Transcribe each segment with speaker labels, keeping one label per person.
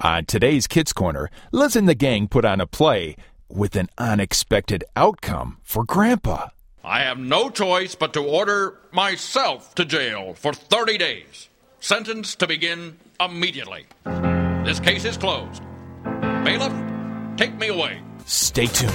Speaker 1: On today's Kids Corner, Liz and the gang put on a play with an unexpected outcome for Grandpa.
Speaker 2: I have no choice but to order myself to jail for 30 days. Sentence to begin immediately. This case is closed. Bailiff, take me away.
Speaker 1: Stay tuned.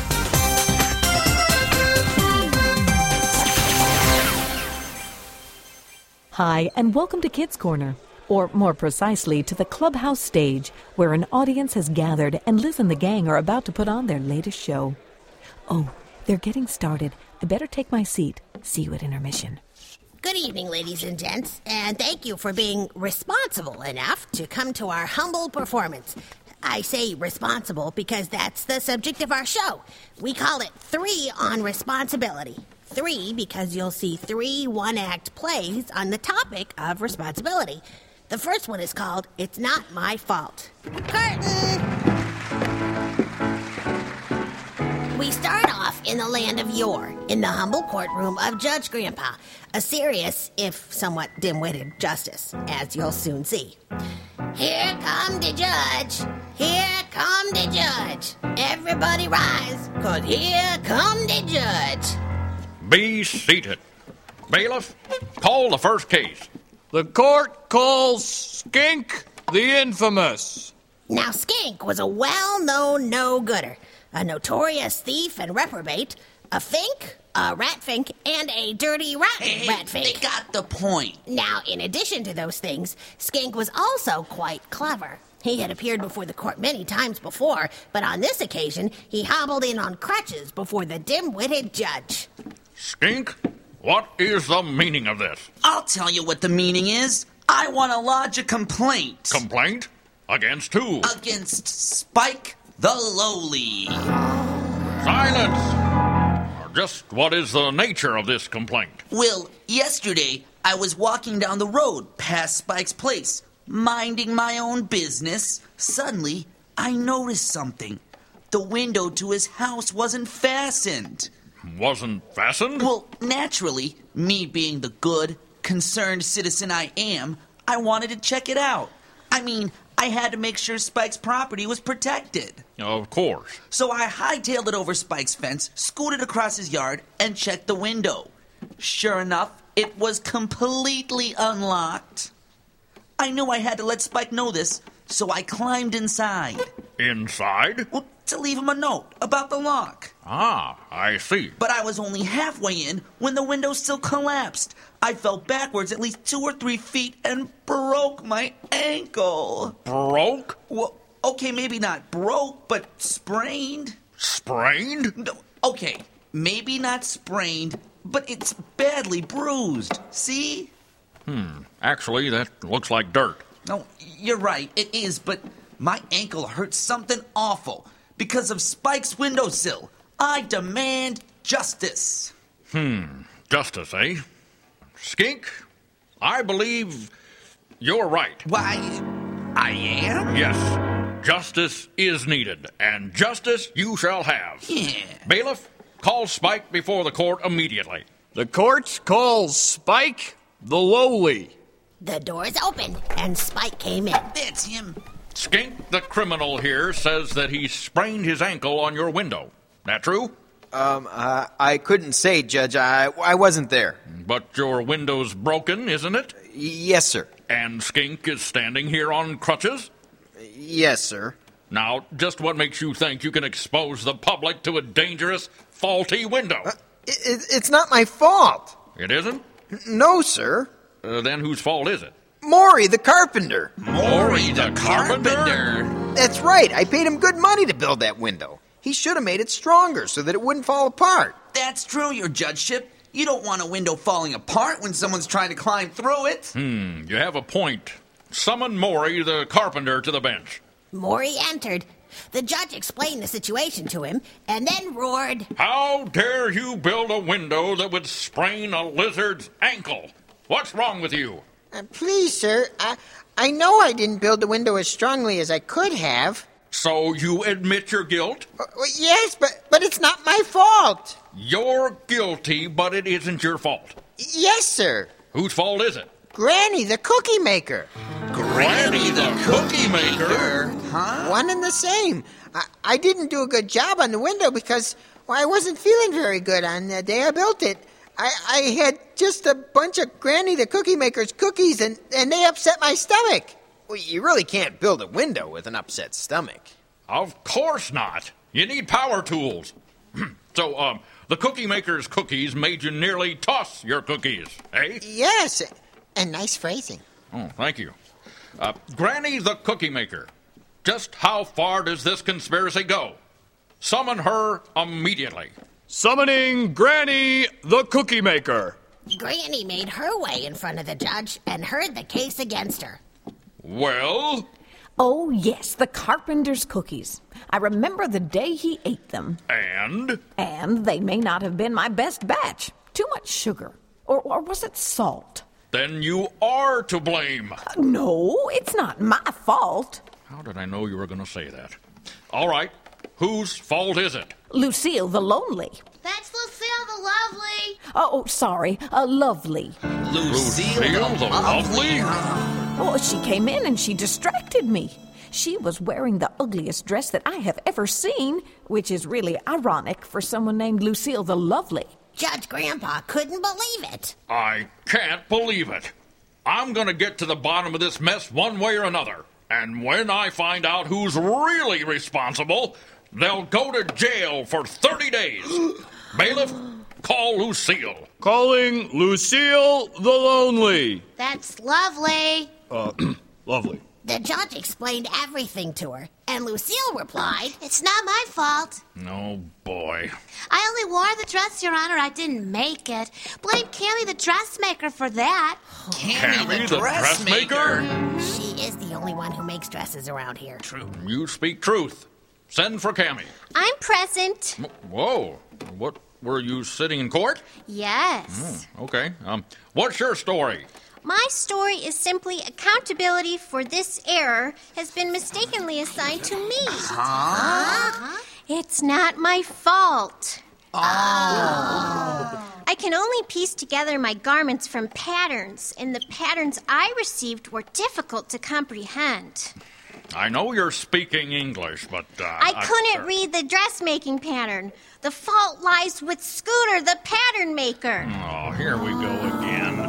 Speaker 3: Hi, and welcome to Kids Corner, or more precisely, to the clubhouse stage, where an audience has gathered and Liz and the gang are about to put on their latest show. Oh, they're getting started. I better take my seat. See you at intermission.
Speaker 4: Good evening, ladies and gents, and thank you for being responsible enough to come to our humble performance. I say responsible because that's the subject of our show. We call it Three on Responsibility. Three because you'll see three one act plays on the topic of responsibility. The first one is called It's Not My Fault. Curtain! We start off in the land of yore, in the humble courtroom of Judge Grandpa, a serious, if somewhat dim witted, justice, as you'll soon see. Here come the judge! Here come the judge! Everybody rise, cause here come the judge!
Speaker 2: Be seated. Bailiff, call the first case.
Speaker 5: The court calls Skink the infamous.
Speaker 4: Now, Skink was a well known no gooder, a notorious thief and reprobate, a fink, a rat fink, and a dirty rotten rat fink.
Speaker 6: they got the point.
Speaker 4: Now, in addition to those things, Skink was also quite clever. He had appeared before the court many times before, but on this occasion, he hobbled in on crutches before the dim witted judge.
Speaker 2: Skink, what is the meaning of this?
Speaker 6: I'll tell you what the meaning is. I want to lodge a complaint
Speaker 2: Complaint? Against who?
Speaker 6: against Spike the Lowly.
Speaker 2: Silence! Or just what is the nature of this complaint?
Speaker 6: Well, yesterday I was walking down the road past Spike's place, minding my own business. Suddenly, I noticed something. The window to his house wasn't fastened.
Speaker 2: Wasn't fastened?
Speaker 6: Well, naturally, me being the good, concerned citizen I am, I wanted to check it out. I mean, I had to make sure Spike's property was protected.
Speaker 2: Of course.
Speaker 6: So I hightailed it over Spike's fence, scooted across his yard, and checked the window. Sure enough, it was completely unlocked. I knew I had to let Spike know this, so I climbed inside.
Speaker 2: Inside?
Speaker 6: Well, to leave him a note about the lock.
Speaker 2: Ah, I see.
Speaker 6: But I was only halfway in when the window still collapsed. I fell backwards at least two or three feet and broke my ankle.
Speaker 2: Broke?
Speaker 6: Well, okay, maybe not broke, but sprained.
Speaker 2: Sprained?
Speaker 6: No, okay, maybe not sprained, but it's badly bruised. See?
Speaker 2: Actually, that looks like dirt.
Speaker 6: No, you're right, it is, but my ankle hurts something awful because of Spike's windowsill. I demand justice.
Speaker 2: Justice, eh? Skink, I believe you're right.
Speaker 6: Why, I am?
Speaker 2: Yes, justice is needed, and justice you shall have.
Speaker 6: Yeah.
Speaker 2: Bailiff, call Spike before the court immediately.
Speaker 5: The court calls Spike the lowly.
Speaker 4: The doors opened, and Spike came in.
Speaker 6: That's him.
Speaker 2: Skink, the criminal here, says that he sprained his ankle on your window. That true?
Speaker 7: Uh, I couldn't say, Judge. I, I wasn't there.
Speaker 2: But your window's broken, isn't it?
Speaker 7: Y- yes, sir.
Speaker 2: And Skink is standing here on crutches?
Speaker 7: Yes, sir.
Speaker 2: Now, just what makes you think you can expose the public to a dangerous, faulty window?
Speaker 7: I it, it's not my fault.
Speaker 2: It isn't?
Speaker 7: No, sir.
Speaker 2: Uh, then whose fault is it?
Speaker 7: Maury the carpenter.
Speaker 2: Maury the
Speaker 7: That's right. I paid him good money to build that window. He should have made it stronger so that it wouldn't fall apart.
Speaker 6: That's true, your judgeship. You don't want a window falling apart when someone's trying to climb through it.
Speaker 2: You have a point. Summon Maury the carpenter to the bench.
Speaker 4: Maury entered. The judge explained the situation to him and then roared,
Speaker 2: How dare you build a window that would sprain a lizard's ankle? What's wrong with you?
Speaker 8: Uh, please, sir, I, I know I didn't build the window as strongly as I could have.
Speaker 2: So you admit your guilt?
Speaker 8: Uh, well, yes, but, but it's not my fault.
Speaker 2: You're guilty, but it isn't your fault.
Speaker 8: Yes, sir.
Speaker 2: Whose fault is it?
Speaker 8: Granny, the cookie maker.
Speaker 2: Granny the Cookie Maker?
Speaker 8: One and the same. I, I didn't do a good job on the window because well, I wasn't feeling very good on the day I built it. I, I had just a bunch of Granny the Cookie Maker's cookies and, and they upset my stomach.
Speaker 7: Well, you really can't build a window with an upset stomach.
Speaker 2: Of course not. You need power tools. so, um, the Cookie Maker's cookies made you nearly toss your cookies, eh?
Speaker 8: Yes, and nice phrasing.
Speaker 2: Oh, thank you. Uh, Granny the Cookie Maker. Just how far does this conspiracy go? Summon her immediately.
Speaker 5: Summoning Granny the Cookie Maker.
Speaker 4: Granny made her way in front of the judge and heard the case against her.
Speaker 2: Well,
Speaker 3: Oh, yes, the carpenter's cookies. I remember the day he ate them.
Speaker 2: and
Speaker 3: And they may not have been my best batch. Too much sugar. Or, or was it salt?
Speaker 2: then you are to blame.
Speaker 3: No, it's not my fault.
Speaker 2: How did I know you were going to say that? All right, whose fault is it?
Speaker 3: Lucille the Lonely.
Speaker 9: That's Lucille the Lovely.
Speaker 3: Oh, sorry, uh, Lovely.
Speaker 6: Lucille,
Speaker 2: Lucille the Lovely?
Speaker 3: Oh, she came in and she distracted me. She was wearing the ugliest dress that I have ever seen, which is really ironic for someone named Lucille the Lovely.
Speaker 4: Judge Grandpa couldn't believe it.
Speaker 2: I can't believe it. I'm going to get to the bottom of this mess one way or another. And when I find out who's really responsible, they'll go to jail for 30 days. Bailiff, call Lucille.
Speaker 5: Calling Lucille the Lonely. Uh,
Speaker 9: That's lovely.
Speaker 5: Lovely.
Speaker 4: The judge explained everything to her, and Lucille replied,
Speaker 9: It's not my fault.
Speaker 2: Oh, boy.
Speaker 9: I only wore the dress, Your Honor. I didn't make it. Blame Cammy the dressmaker for that.
Speaker 6: Cammy the dressmaker.
Speaker 4: She is the only one who makes dresses around here.
Speaker 2: You speak truth. Send for Cammy.
Speaker 9: I'm present.
Speaker 2: Whoa. What were you sitting in court?
Speaker 9: Yes.
Speaker 2: Okay. Um, what's your story?
Speaker 9: My story is simply accountability for this error has been mistakenly assigned to me. Huh? It's not my fault. Oh. I can only piece together my garments from patterns, and the patterns I received were difficult to comprehend.
Speaker 2: I know you're speaking English, but uh,
Speaker 9: I couldn't read the dressmaking pattern. The fault lies with Scooter, the pattern maker.
Speaker 2: Oh, here we go again.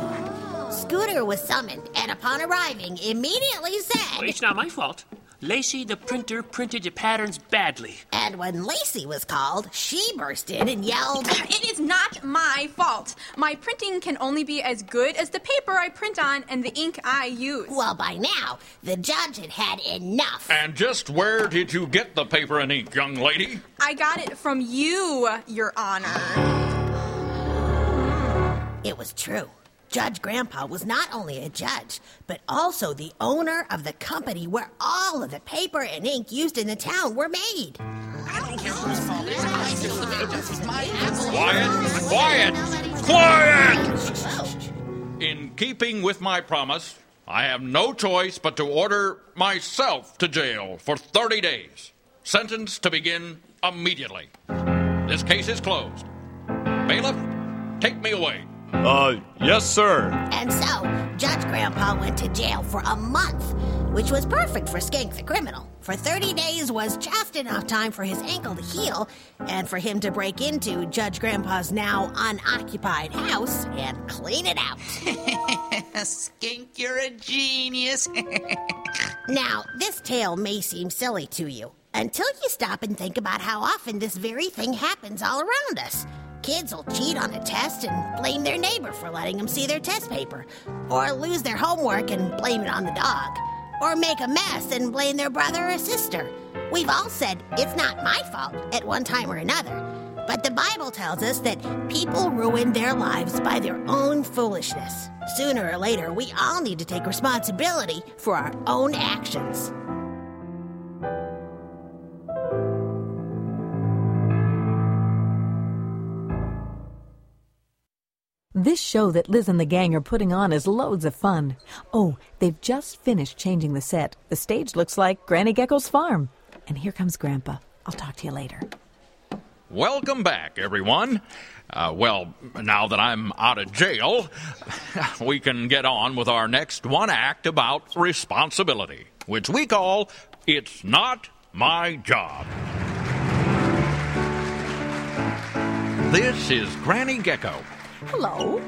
Speaker 4: Scooter was summoned, and upon arriving, immediately said,
Speaker 10: It's not my fault. Lacey, the printer, printed the patterns badly.
Speaker 4: and when Lacey was called, she burst in and yelled,
Speaker 11: It is not my fault. My printing can only be as good as the paper I print on and the ink I use.
Speaker 4: Well, by now, the judge had had enough.
Speaker 10: Uh,
Speaker 2: And just where did you get the paper and ink, young lady?
Speaker 11: I got it from you, Your Honor.
Speaker 4: It was true. Judge Grandpa was not only a judge, but also the owner of the company where all of the paper and ink used in the town were made.
Speaker 2: Quiet, quiet, quiet! In keeping with my promise, I have no choice but to order myself to jail for 30 days. Sentence to begin immediately. This case is closed. Bailiff, take me away.
Speaker 5: Uh, yes, sir.
Speaker 4: And so, Judge Grandpa went to jail for a month, which was perfect for Skink the criminal. For 30 days was just enough time for his ankle to heal and for him to break into Judge Grandpa's now unoccupied house and clean it out.
Speaker 6: Skink, you're a genius.
Speaker 4: Now, this tale may seem silly to you until you stop and think about how often this very thing happens all around us. Kids will cheat on a test and blame their neighbor for letting them see their test paper, or lose their homework and blame it on the dog, or make a mess and blame their brother or sister. We've all said, It's not my fault, at one time or another. But the Bible tells us that people ruin their lives by their own foolishness. Sooner or later, we all need to take responsibility for our own actions.
Speaker 3: This show that Liz and the gang are putting on is loads of fun. Oh, they've just finished changing the set. The stage looks like Granny Gecko's farm. And here comes Grandpa. I'll talk to you later.
Speaker 2: Welcome back, everyone. Uh, well, now that I'm out of jail, we can get on with our next one act about responsibility, which we call It's Not My Job. This is Granny Gecko.
Speaker 3: Hello.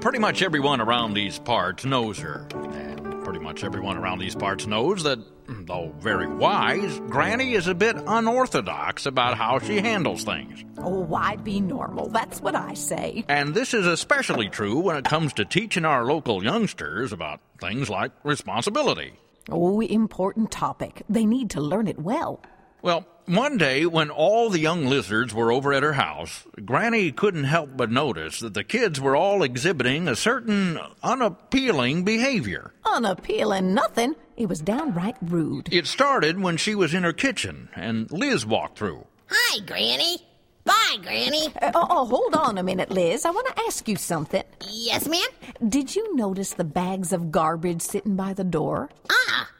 Speaker 2: Pretty much everyone around these parts knows her. And pretty much everyone around these parts knows that, though very wise, Granny is a bit unorthodox about how she handles things.
Speaker 3: Oh, why be normal? That's what I say.
Speaker 2: And this is especially true when it comes to teaching our local youngsters about things like responsibility.
Speaker 3: Oh, important topic. They need to learn it well.
Speaker 2: Well, one day when all the young lizards were over at her house, Granny couldn't help but notice that the kids were all exhibiting a certain unappealing behavior.
Speaker 3: Unappealing nothing. It was downright rude.
Speaker 2: It started when she was in her kitchen and Liz walked through.
Speaker 4: Hi, Granny. Bye, Granny.
Speaker 3: Uh, oh, oh, hold on a minute, Liz. I want to ask you something.
Speaker 4: Yes, ma'am?
Speaker 3: Did you notice the bags of garbage sitting by the door?
Speaker 4: Ah,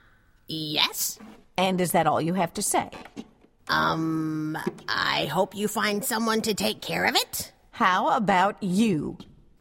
Speaker 4: yes.
Speaker 3: And is that all you have to say?
Speaker 4: Um, I hope you find someone to take care of it.
Speaker 3: How about you?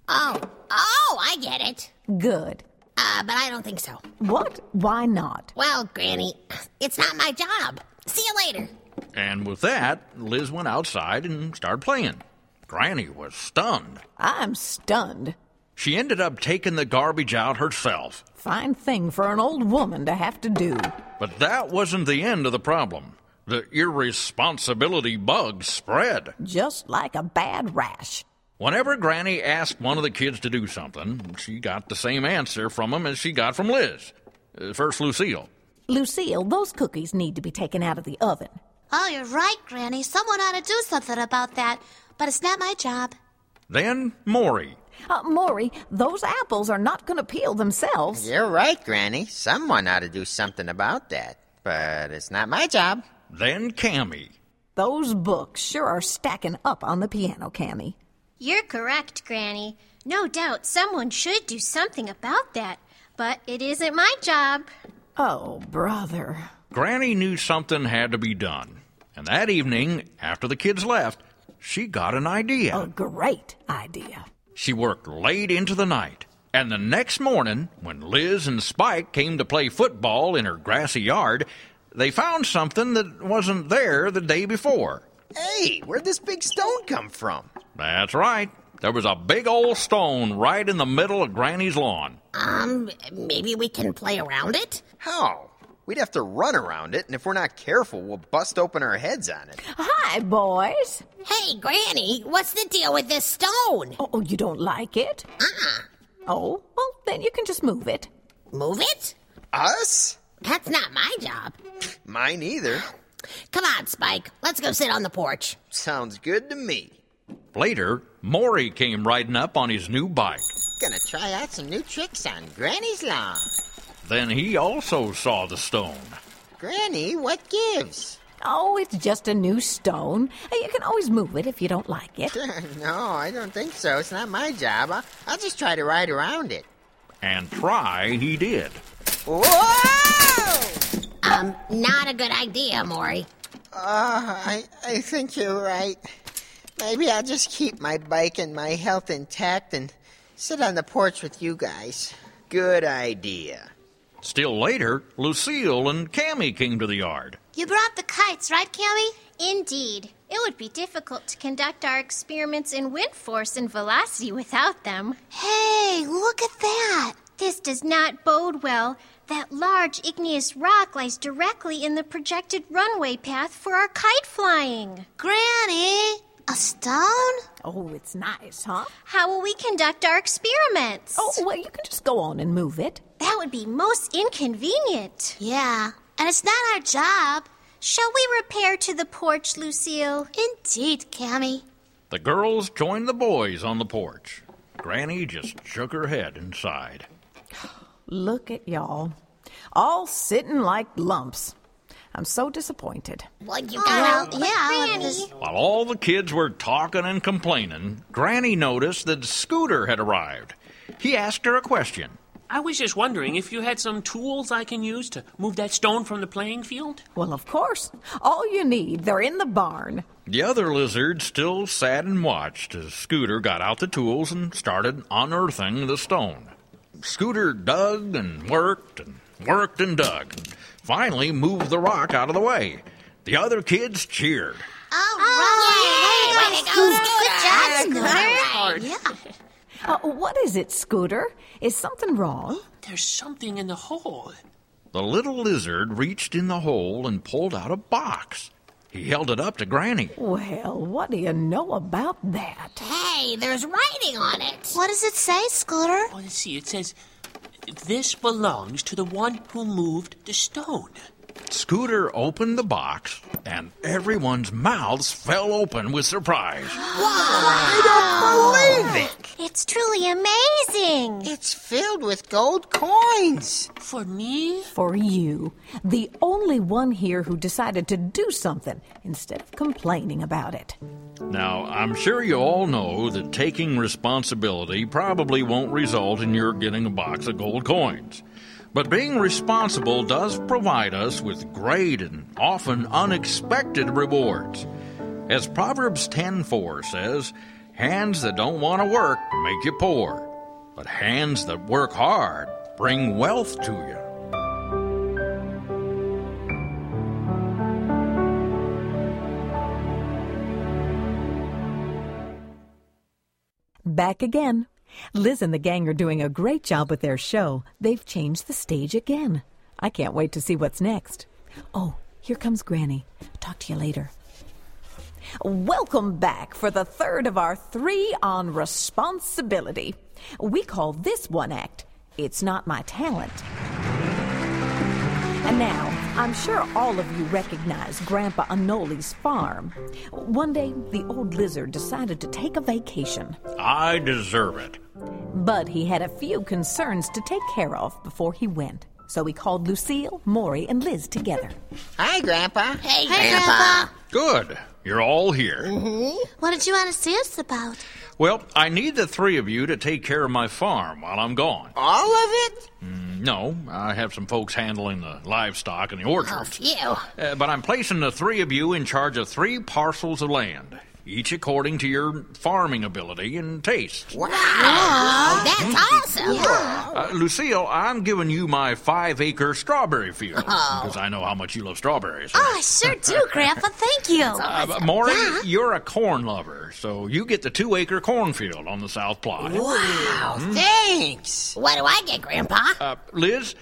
Speaker 4: Oh, oh, I get it.
Speaker 3: Good.
Speaker 4: Uh, but I don't think so.
Speaker 3: What? Why not?
Speaker 4: Well, Granny, it's not my job. See you later.
Speaker 2: And with that, Liz went outside and started playing. Granny was stunned.
Speaker 3: I'm stunned.
Speaker 2: She ended up taking the garbage out herself.
Speaker 3: Fine thing for an old woman to have to do.
Speaker 2: But that wasn't the end of the problem. The irresponsibility bug spread.
Speaker 3: Just like a bad rash.
Speaker 2: Whenever Granny asked one of the kids to do something, she got the same answer from him as she got from Liz. Uh, First, Lucille.
Speaker 3: Lucille, those cookies need to be taken out of the oven.
Speaker 12: Oh, you're right, Granny. Someone ought to do something about that. But it's not my job.
Speaker 2: Then, Maury.
Speaker 3: Uh, Maury, those apples are not going to peel themselves.
Speaker 7: You're right, Granny. Someone ought to do something about that. But it's not my job.
Speaker 2: Then Cammy.
Speaker 3: Those books sure are stacking up on the piano, Cammy.
Speaker 9: You're correct, Granny. No doubt someone should do something about that, but it isn't my job.
Speaker 3: Oh, brother.
Speaker 2: Granny knew something had to be done. And that evening, after the kids left, she got an idea.
Speaker 3: A great idea.
Speaker 2: She worked late into the night. And the next morning, when Liz and Spike came to play football in her grassy yard, they found something that wasn't there the day before.
Speaker 7: Hey, where'd this big stone come from?
Speaker 2: That's right. There was a big old stone right in the middle of Granny's lawn.
Speaker 4: Um, maybe we can play around it?
Speaker 7: How? We'd have to run around it, and if we're not careful, we'll bust open our heads on it.
Speaker 3: Hi, boys.
Speaker 4: Hey, Granny, what's the deal with this stone?
Speaker 3: Oh, oh you don't like it?
Speaker 4: Uh uh-uh.
Speaker 3: Oh, well, then you can just move it.
Speaker 4: Move it?
Speaker 7: Us?
Speaker 4: That's not my job.
Speaker 7: Mine either.
Speaker 4: Come on, Spike. Let's go sit on the porch.
Speaker 7: Sounds good to me.
Speaker 2: Later, Maury came riding up on his new bike.
Speaker 8: Gonna try out some new tricks on Granny's lawn.
Speaker 2: Then he also saw the stone.
Speaker 8: Granny, what gives?
Speaker 3: Oh, it's just a new stone. Uh, You can always move it if you don't like it.
Speaker 8: no, I don't think so. It's not my job. I'll, I'll just try to ride around it.
Speaker 2: And try he did.
Speaker 8: Whoa!
Speaker 4: Um, not a good idea, Maury.
Speaker 8: Uh, I, I think you're right. Maybe I'll just keep my bike and my health intact and sit on the porch with you guys.
Speaker 7: Good idea.
Speaker 2: Still later, Lucille and Cammy came to the yard.
Speaker 12: You brought the kites, right, Cammy?
Speaker 9: Indeed. It would be difficult to conduct our experiments in wind force and velocity without them.
Speaker 12: Hey, look at that!
Speaker 9: This does not bode well. That large igneous rock lies directly in the projected runway path for our kite flying.
Speaker 12: Granny! A stone?
Speaker 3: Oh, it's nice, huh?
Speaker 9: How will we conduct our experiments?
Speaker 3: Oh, well, you can just go on and move it.
Speaker 9: That would be most inconvenient.
Speaker 12: Yeah, and it's not our job.
Speaker 9: Shall we repair to the porch, Lucille?
Speaker 12: Indeed, Cammy.
Speaker 2: The girls joined the boys on the porch. Granny just shook her head and sighed.
Speaker 13: Look at y'all. All sitting like lumps. I'm so disappointed.
Speaker 4: Uh,
Speaker 12: Oh, Well, you got to yeah. this-
Speaker 2: While all the kids were talking and complaining, Granny noticed that Scooter had arrived. He asked her a question.
Speaker 10: I was just wondering if you had some tools I can use to move that stone from the playing field?
Speaker 3: Well, of course. All you need, they're in the barn.
Speaker 2: The other lizard still sat and watched as Scooter got out the tools and started unearthing the stone. Scooter dug and worked and worked and dug, and finally moved the rock out of the way. The other kids cheered.
Speaker 3: Uh, what is it, Scooter? Is something wrong?
Speaker 10: There's something in the hole.
Speaker 2: The little lizard reached in the hole and pulled out a box. He held it up to Granny.
Speaker 3: Well, what do you know about that?
Speaker 4: Hey, there's writing on it.
Speaker 12: What does it say, Scooter?
Speaker 10: Oh, let's see. It says, This belongs to the one who moved the stone.
Speaker 2: Scooter opened the box, and everyone's mouths fell open with surprise.
Speaker 12: I
Speaker 2: don't believe
Speaker 12: it. It's truly amazing.
Speaker 8: It's filled with gold coins.
Speaker 10: For me?
Speaker 3: For you, the only one here who decided to do something instead of complaining about it.
Speaker 2: Now, I'm sure you all know that taking responsibility probably won't result in your getting a box of gold coins. But being responsible does provide us with great and often unexpected rewards. As Proverbs 10:4 says, hands that don't want to work make you poor, but hands that work hard bring wealth to you.
Speaker 3: Back again. Liz and the gang are doing a great job with their show. They've changed the stage again. I can't wait to see what's next. Oh, here comes Granny. Talk to you later. Welcome back for the third of our three on responsibility. We call this one act It's Not My Talent. And now, I'm sure all of you recognize Grandpa Anoli's farm. One day, the old lizard decided to take a vacation.
Speaker 2: I deserve it.
Speaker 3: But he had a few concerns to take care of before he went. So he called Lucille, Maury, and Liz together.
Speaker 8: Hi, Grandpa.
Speaker 4: Hey,
Speaker 12: Grandpa.
Speaker 2: Good. You're all here.
Speaker 12: What did you want to see us about?
Speaker 2: Well, I need the three of you to take care of my farm while I'm gone.
Speaker 8: All of it?
Speaker 2: No, I have some folks handling the livestock and the
Speaker 4: Oh,
Speaker 2: orchards.
Speaker 4: Ew.
Speaker 2: Uh, but I'm placing the three of you in charge of three parcels of land, each according to your farming ability and taste.
Speaker 8: Wow.
Speaker 4: That's awesome.
Speaker 2: Uh, Lucille, I'm giving you my five acre strawberry field because I know how much you love strawberries.
Speaker 12: Oh, I sure do, Grandpa. Thank you.
Speaker 2: Uh, but Maury, you're a corn lover, so you get the two acre cornfield on the south plot.
Speaker 8: Wow, thanks.
Speaker 4: Hmm. What do I get, Grandpa?
Speaker 2: Uh, Liz,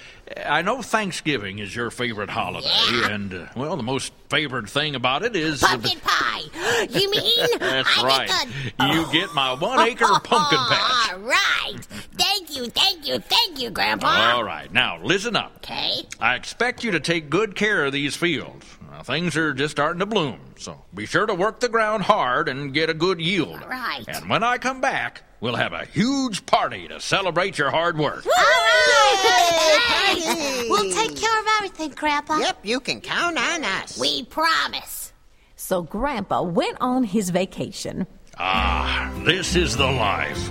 Speaker 2: I know Thanksgiving is your favorite holiday, and uh, well, the most favored thing about it is
Speaker 4: Pumpkin pie. You mean?
Speaker 2: That's
Speaker 4: I
Speaker 2: right.
Speaker 4: Get the...
Speaker 2: You get my one acre pumpkin patch.
Speaker 4: All right. Thank you, thank you, thank you, Grandpa.
Speaker 2: All right, now listen up.
Speaker 4: Okay.
Speaker 2: I expect you to take good care of these fields. Now, things are just starting to bloom, so be sure to work the ground hard and get a good yield.
Speaker 4: Right.
Speaker 2: And when I come back, we'll have a huge party to celebrate your hard work.
Speaker 12: All right.
Speaker 8: Yay, party.
Speaker 12: We'll take care of everything, Grandpa.
Speaker 8: Yep, you can count on us.
Speaker 4: We promise.
Speaker 3: So Grandpa went on his vacation,
Speaker 2: Ah, this is the life.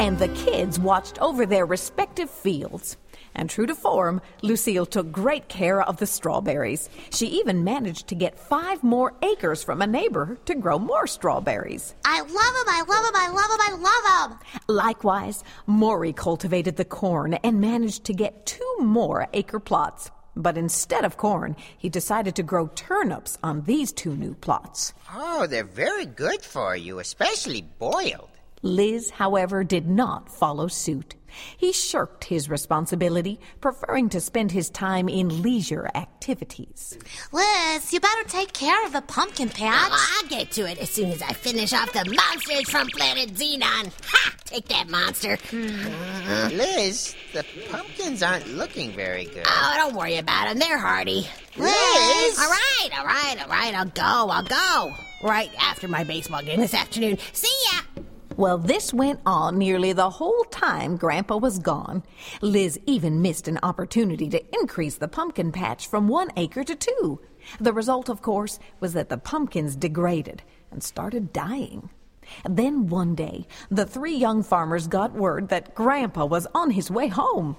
Speaker 3: and the kids watched over their respective fields. And true to form, Lucille took great care of the strawberries. She even managed to get five more acres from a neighbor to grow more strawberries.
Speaker 12: I love him. I love him. I love him. I love him.
Speaker 3: Likewise, Maury cultivated the corn and managed to get two more acre plots. But instead of corn, he decided to grow turnips on these two new plots.
Speaker 8: Oh, they're very good for you, especially boiled.
Speaker 3: Liz, however, did not follow suit. He shirked his responsibility, preferring to spend his time in leisure activities.
Speaker 12: Liz, you better take care of the pumpkin patch.
Speaker 4: Well, Oh, I'll get to it as soon as I finish off the monsters from Planet Xenon. Ha! Take that monster.
Speaker 12: Hmm.
Speaker 8: Liz, the pumpkins aren't looking very good.
Speaker 4: Oh, don't worry about them. They're hardy.
Speaker 8: Liz!
Speaker 4: All right, all right, all right. I'll go. I'll go. right after my baseball game this afternoon. See ya!
Speaker 3: Well, this went on nearly the whole time Grandpa was gone. Liz even missed an opportunity to increase the pumpkin patch from one acre to two. The result, of course, was that the pumpkins degraded and started dying. Then one day, the three young farmers got word that Grandpa was on his way home.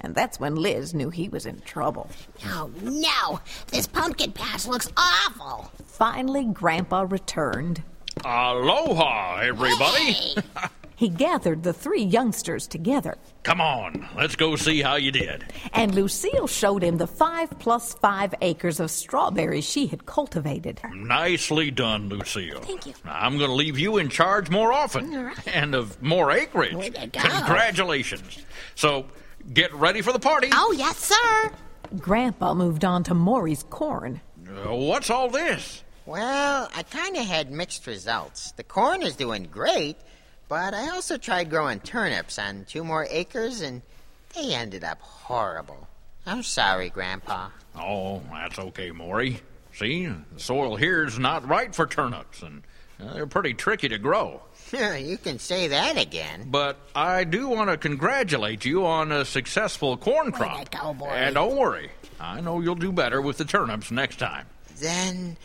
Speaker 3: And that's when Liz knew he was in trouble.
Speaker 4: Oh no! This pumpkin patch looks awful!
Speaker 3: Finally, Grandpa returned.
Speaker 2: Aloha, everybody.
Speaker 3: He gathered the three youngsters together,
Speaker 2: Come on, let's go see how you did.
Speaker 3: and Lucille showed him the five plus five acres of strawberries she had cultivated.
Speaker 2: Nicely done, Lucille.
Speaker 3: Thank you.
Speaker 2: I'm going to leave you in charge more often and of more acreage.
Speaker 4: Way to go.
Speaker 2: Congratulations. So get ready for the party.
Speaker 4: Oh, yes, sir.
Speaker 3: Grandpa moved on to Maury's corn.
Speaker 2: Uh, what's all this?
Speaker 8: Well, I kind of had mixed results. The corn is doing great, but I also tried growing turnips on two more acres, and they ended up horrible. I'm sorry, Grandpa.
Speaker 2: Oh, that's okay, Maury. See, the soil here's not right for turnips, and uh, they're pretty tricky to grow.
Speaker 8: you can say that again.
Speaker 2: But I do want to congratulate you on a successful corn crop.
Speaker 8: go, Maury.
Speaker 2: and don't worry, I know you'll do better with the turnips next time.
Speaker 8: Then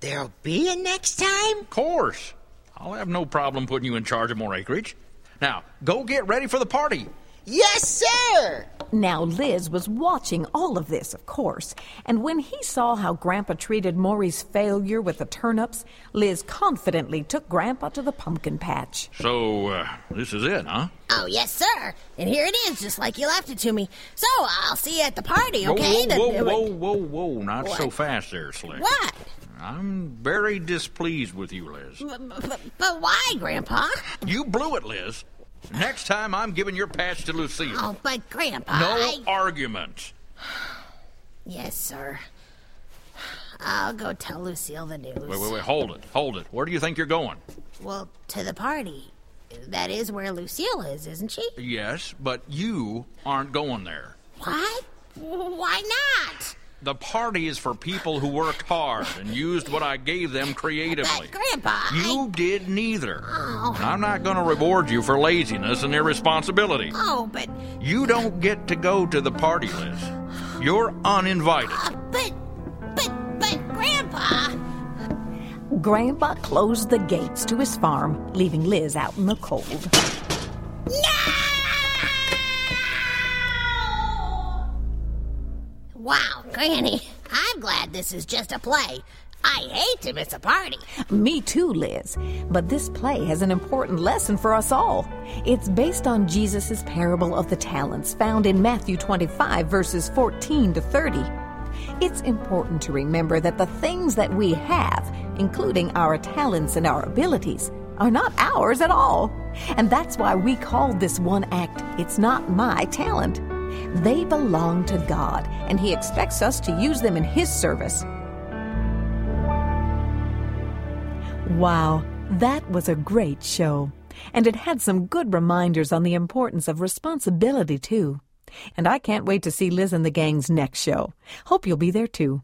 Speaker 8: there'll be a next time? Of
Speaker 2: course. I'll have no problem putting you in charge of more acreage. Now, go get ready for the party.
Speaker 8: Yes, sir!
Speaker 3: Now, Liz was watching all of this, of course, and when he saw how Grandpa treated Maury's failure with the turnips, Liz confidently took Grandpa to the pumpkin patch.
Speaker 2: So, uh, this is it, huh?
Speaker 4: Oh, yes, sir. And here it is, just like you left it to me. So I'll see you at the party, okay?
Speaker 2: Whoa, whoa,
Speaker 4: The-
Speaker 2: whoa, whoa, whoa, whoa. Not so fast there, Slick.
Speaker 4: What?
Speaker 2: I'm very displeased with you, Liz.
Speaker 4: But, but- but why, Grandpa?
Speaker 2: You blew it, Liz. Next time, I'm giving your patch to Lucille.
Speaker 4: Oh, but Grandpa.
Speaker 2: no
Speaker 4: I-
Speaker 2: arguments.
Speaker 4: Yes, sir. I'll go tell Lucille the news.
Speaker 2: Wait, wait, wait. Hold it. Hold it. Where do you think you're going?
Speaker 4: Well, to the party. That is where Lucille is, isn't she?
Speaker 2: Yes, but you aren't going there.
Speaker 4: What? Why not?
Speaker 2: The party is for people who worked hard and used what I gave them creatively.
Speaker 4: Grandpa.
Speaker 2: You did neither. And I'm not going to reward you for laziness and irresponsibility.
Speaker 4: Oh, but
Speaker 2: You don't get to go to the party, Liz. You're uninvited.
Speaker 4: Grandpa.
Speaker 3: Grandpa closed the gates to his farm, leaving Liz out in the cold.
Speaker 4: Wow, Granny. I'm glad this is just a play. I hate to miss a party.
Speaker 3: Me too, Liz. But this play has an important lesson for us all. It's based on Jesus' parable of the talents found in Matthew 25, verses 14 to 30. It's important to remember that the things that we have, including our talents and our abilities, are not ours at all. And that's why we called this one act, It's Not My Talent. They belong to God, and He expects us to use them in His service. Wow, that was a great show. And it had some good reminders on the importance of responsibility, too. And I can't wait to see Liz and the gang's next show. Hope you'll be there, too.